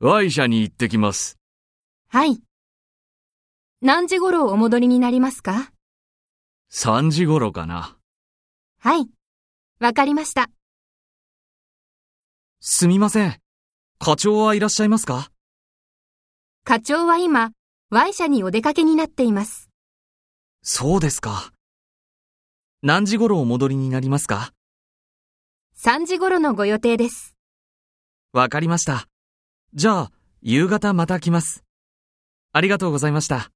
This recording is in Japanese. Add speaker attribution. Speaker 1: Y 社に行ってきます。
Speaker 2: はい。何時頃お戻りになりますか
Speaker 1: 3時頃かな。
Speaker 2: はい。わかりました。
Speaker 1: すみません。課長はいらっしゃいますか
Speaker 2: 課長は今、Y 社にお出かけになっています。
Speaker 1: そうですか。何時頃お戻りになりますか
Speaker 2: 3時頃のご予定です。
Speaker 1: わかりました。じゃあ、夕方また来ます。ありがとうございました。